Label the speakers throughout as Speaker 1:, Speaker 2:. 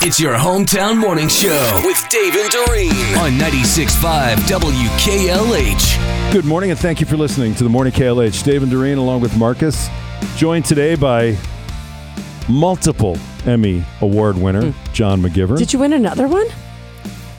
Speaker 1: It's your hometown morning show
Speaker 2: with Dave and Doreen.
Speaker 1: on 96.5 WKLH.
Speaker 3: Good morning, and thank you for listening to the Morning KLH. Dave and Doreen, along with Marcus, joined today by multiple Emmy Award winner John McGivern.
Speaker 4: Hmm. Did you win another one?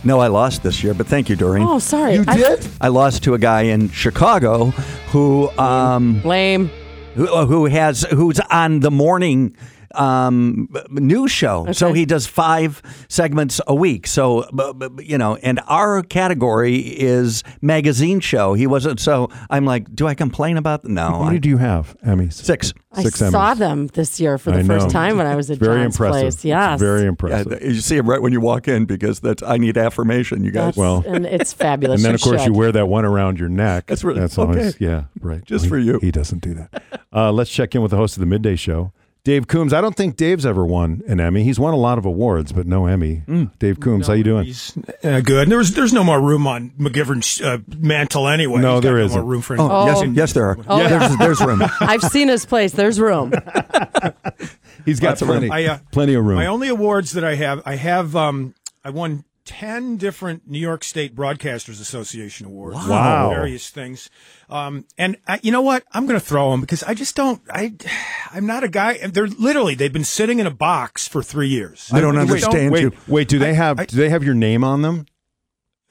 Speaker 5: No, I lost this year, but thank you, Doreen.
Speaker 4: Oh, sorry. I-
Speaker 5: I lost to a guy in Chicago who um,
Speaker 4: Lame.
Speaker 5: who, uh, who has who's on the morning um b- b- news show so he does five segments a week so b- b- b- you know and our category is magazine show he wasn't so i'm like do i complain about no
Speaker 3: How many
Speaker 5: I,
Speaker 3: do you have Emmys?
Speaker 5: six
Speaker 4: I
Speaker 3: Six
Speaker 4: saw
Speaker 3: Emmys.
Speaker 4: them this year for the
Speaker 3: I
Speaker 4: first
Speaker 3: know.
Speaker 4: time when I was at
Speaker 3: Very
Speaker 4: John's
Speaker 3: impressive.
Speaker 4: place. Yes.
Speaker 3: It's very
Speaker 5: Yeah,
Speaker 3: impressive.
Speaker 5: th- you see him right when you walk in because that's i need affirmation you guys
Speaker 4: That's-
Speaker 3: Well.
Speaker 4: and it's fabulous.
Speaker 3: and then, of course,
Speaker 4: should.
Speaker 3: you wear that one around your neck.
Speaker 5: That's really-
Speaker 3: That's always,
Speaker 5: okay.
Speaker 3: yeah, right.
Speaker 5: Just
Speaker 3: He-
Speaker 5: for you.
Speaker 3: He doesn't do that. Uh, let's check in with the host of the midday show, Dave Coombs. I don't think Dave's ever won an Emmy. He's won a lot of awards, but no Emmy.
Speaker 5: Mm.
Speaker 3: Dave Coombs, how you doing?
Speaker 6: He's uh, good. And there's there's no more room on McGivern's uh, mantle anyway.
Speaker 3: No,
Speaker 6: He's got
Speaker 3: there
Speaker 6: no
Speaker 3: isn't.
Speaker 6: more room for
Speaker 5: oh,
Speaker 6: him.
Speaker 5: yes yes there are
Speaker 4: Oh, yeah.
Speaker 5: there's, there's room
Speaker 4: I've seen his place. There's room.
Speaker 3: He's got
Speaker 5: Lots of room.
Speaker 3: plenty,
Speaker 6: I, uh,
Speaker 3: plenty of room.
Speaker 6: My only awards that I have, I have um, I won ten different New York State Broadcasters Association awards.
Speaker 3: Wow.
Speaker 6: various things. Um, and I, you know what? I'm going to throw them because I just don't. I, I'm not a guy. They're literally they've been sitting in a box for three years.
Speaker 5: i don't
Speaker 6: Wait,
Speaker 5: understand
Speaker 3: wait,
Speaker 5: you
Speaker 3: wait. Do they have
Speaker 6: I-
Speaker 3: do they have your name on them?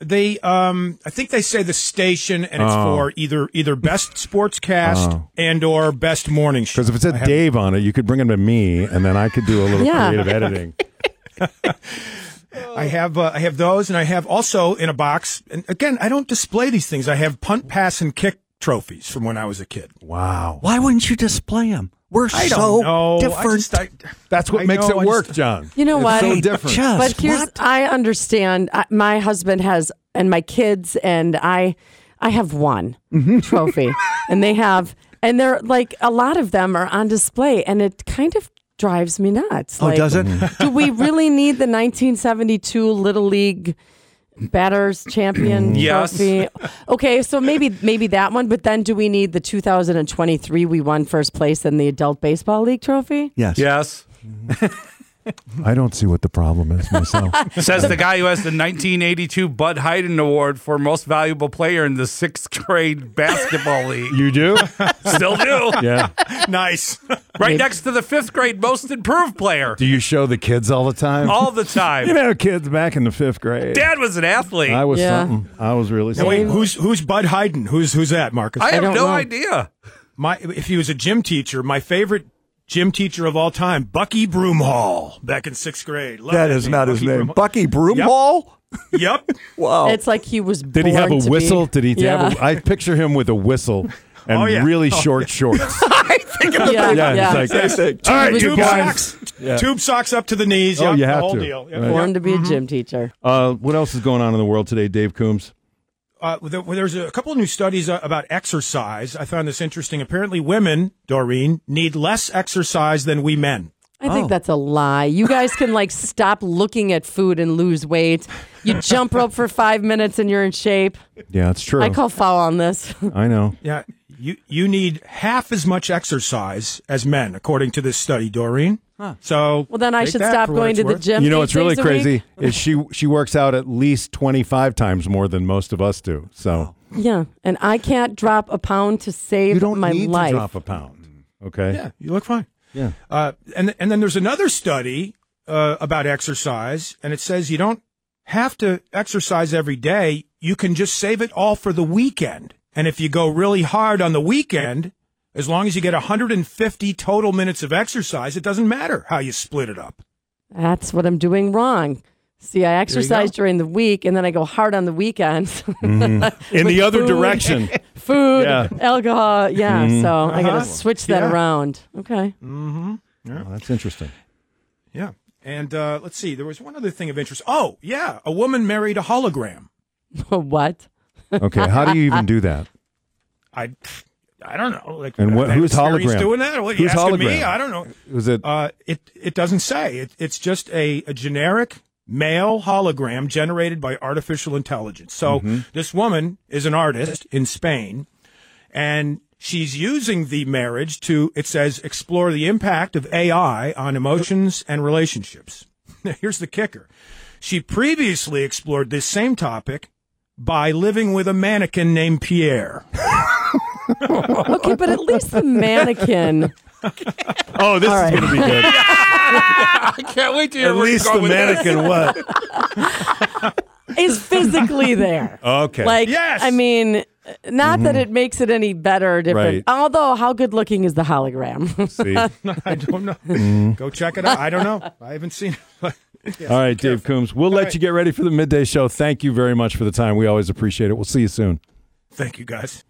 Speaker 6: They, um, I think they say the station, and it's
Speaker 3: Oh.
Speaker 6: for either either best sportscast
Speaker 3: Oh.
Speaker 6: and or best morning show.
Speaker 3: Because if it said Dave on it, you could bring him to me, and then I could do a little
Speaker 4: Yeah.
Speaker 3: creative editing.
Speaker 6: I have uh, I have those, and I have also in a box. And again, I don't display these things. I have punt, pass, and kick trophies from when I was a kid.
Speaker 3: Wow,
Speaker 5: why wouldn't you display them we're
Speaker 6: I don't
Speaker 5: so
Speaker 6: know.
Speaker 5: different
Speaker 6: I just, I,
Speaker 3: that's what
Speaker 6: I
Speaker 3: makes
Speaker 6: know, I
Speaker 3: it work,
Speaker 6: just-
Speaker 3: John.
Speaker 4: You know
Speaker 3: It's
Speaker 4: what?
Speaker 3: So
Speaker 4: Hey,
Speaker 3: different.
Speaker 5: just-
Speaker 4: But here's, I understand. I, my husband has, and my kids, and I, I have one
Speaker 5: Mm-hmm.
Speaker 4: trophy, and they have, and they're like a lot of them are on display, and it kind of drives me nuts.
Speaker 5: oh
Speaker 4: like,
Speaker 5: does it
Speaker 3: Mm-hmm.
Speaker 4: Do we really need the 1972 Little League batters champion
Speaker 3: Mm.
Speaker 6: Yes.
Speaker 4: trophy? Okay, so maybe maybe that one, but then do we need the 2023 we won first place in the Adult Baseball League trophy?
Speaker 5: yes
Speaker 7: Yes.
Speaker 3: I don't see what the problem is myself.
Speaker 7: Says the guy who has the 1982 Bud Hyden Award for most valuable player in the sixth grade basketball league.
Speaker 3: you do?
Speaker 7: Still do.
Speaker 3: Yeah.
Speaker 6: nice.
Speaker 7: Right next to the fifth grade most improved player
Speaker 3: Do you show the kids all the time?
Speaker 7: all the
Speaker 3: you
Speaker 7: time.
Speaker 3: know, kids back in the fifth grade.
Speaker 7: Dad was an athlete.
Speaker 3: I
Speaker 7: I,
Speaker 3: was
Speaker 4: Yeah.
Speaker 3: something. I was really
Speaker 6: Now,
Speaker 3: something.
Speaker 6: wait, who's who's Bud Hyden? Who's who's that, Marcus?
Speaker 7: have
Speaker 4: don't
Speaker 7: no
Speaker 4: know.
Speaker 7: idea.
Speaker 6: my if he was a gym teacher, my favorite gym teacher of all time, Bucky Broomhall, back in sixth grade. Love
Speaker 5: that is
Speaker 6: name,
Speaker 5: not his
Speaker 6: Bucky
Speaker 5: name
Speaker 6: Broomhall.
Speaker 5: bucky broomhall
Speaker 6: Yep.
Speaker 5: wow
Speaker 4: It's like he was.
Speaker 3: Did he have a
Speaker 4: born to
Speaker 3: whistle?
Speaker 4: Be,
Speaker 3: Did he
Speaker 4: yeah.
Speaker 3: have? A, I picture him with a whistle and
Speaker 6: Oh, yeah.
Speaker 3: really short shorts.
Speaker 4: yeah,
Speaker 3: yeah,
Speaker 4: yeah.
Speaker 3: He's like,
Speaker 5: Exactly.
Speaker 3: all right, you
Speaker 6: Tube
Speaker 3: guys.
Speaker 6: socks. Tube socks up to the knees.
Speaker 3: Oh,
Speaker 6: Yep,
Speaker 3: you
Speaker 6: the
Speaker 3: have
Speaker 6: whole
Speaker 3: to.
Speaker 6: deal. Yep.
Speaker 3: Right.
Speaker 4: Born to be a gym teacher.
Speaker 3: Uh, what else is going on in the world today, Dave Coombs?
Speaker 6: uh, there, well, there's a couple of new studies uh, about exercise. I found this interesting. Apparently, women, Doreen, need less exercise than we men.
Speaker 4: I
Speaker 3: Oh.
Speaker 4: think that's a lie. You guys can like stop looking at food and lose weight. You jump rope for five minutes and you're in shape.
Speaker 3: Yeah, it's true.
Speaker 4: I call foul on this.
Speaker 3: I know.
Speaker 6: Yeah, you you need half as much exercise as men, according to this study, Doreen. So,
Speaker 4: Well, then I
Speaker 6: take
Speaker 4: should
Speaker 6: that
Speaker 4: stop
Speaker 6: for what
Speaker 4: going
Speaker 6: it's
Speaker 4: to the
Speaker 6: worth.
Speaker 4: gym.
Speaker 3: You know
Speaker 4: eight
Speaker 3: what's really
Speaker 4: days a week.
Speaker 3: crazy is she she works out at least 25 times more than most of us do. So
Speaker 4: Yeah, and I can't drop a pound to save
Speaker 3: you don't
Speaker 4: my
Speaker 3: need
Speaker 4: life.
Speaker 3: to drop a pound. Okay.
Speaker 6: Yeah, you look fine.
Speaker 3: Yeah.
Speaker 6: Uh, and and then there's another study uh, about exercise, and it says you don't have to exercise every day. You can just save it all for the weekend. And if you go really hard on the weekend, as long as you get 150 total minutes of exercise, it doesn't matter how you split it up.
Speaker 4: That's what I'm doing wrong. See, I exercise during the week and then I go hard on the weekends.
Speaker 3: In the
Speaker 4: With
Speaker 3: other
Speaker 4: food.
Speaker 3: direction.
Speaker 4: Food,
Speaker 3: Mm. Yeah. Mm. Uh-huh.
Speaker 4: alcohol, yeah. So I got to switch that
Speaker 6: Yeah.
Speaker 4: around. Okay.
Speaker 3: Oh, that's interesting.
Speaker 6: Yeah. And uh, let's see, there was one other thing of interest. Oh, yeah, a woman married a hologram.
Speaker 3: Mm.
Speaker 4: what?
Speaker 3: Okay. How do you even do that?
Speaker 6: I. I don't know. Like,
Speaker 3: And what-
Speaker 6: I have
Speaker 3: who's
Speaker 6: experience
Speaker 3: hologram?
Speaker 6: doing that? What, you
Speaker 3: Who's
Speaker 6: asking me?
Speaker 3: hologram?
Speaker 6: I don't know.
Speaker 3: Was it?
Speaker 6: Uh, it it doesn't say. It, it's just a, a generic male hologram generated by artificial intelligence. So this woman is an artist in Spain, and she's using the marriage to it says explore the impact of AI on emotions and relationships. here's the kicker. She previously explored this same topic by living with a mannequin named Pierre.
Speaker 4: Okay, but at least the mannequin.
Speaker 3: Oh, this
Speaker 4: right.
Speaker 3: is going to be good.
Speaker 7: I can't wait to hear
Speaker 3: At
Speaker 7: where you
Speaker 3: least
Speaker 7: go
Speaker 3: the
Speaker 7: with this.
Speaker 3: mannequin what?
Speaker 4: is physically there.
Speaker 3: Okay. Mm-hmm.
Speaker 4: Like,
Speaker 6: Yes!
Speaker 4: I mean, not that it makes it any better or different.
Speaker 3: Right.
Speaker 4: Although, how good looking is the hologram?
Speaker 3: See. All
Speaker 6: I don't know.
Speaker 3: Mm.
Speaker 6: Go check it out. I don't know. I haven't seen it.
Speaker 3: right, Dave Coombs. We'll let you get ready for the midday show. Thank you very much for the time. We always appreciate it. We'll see you soon.
Speaker 6: Thank you, guys.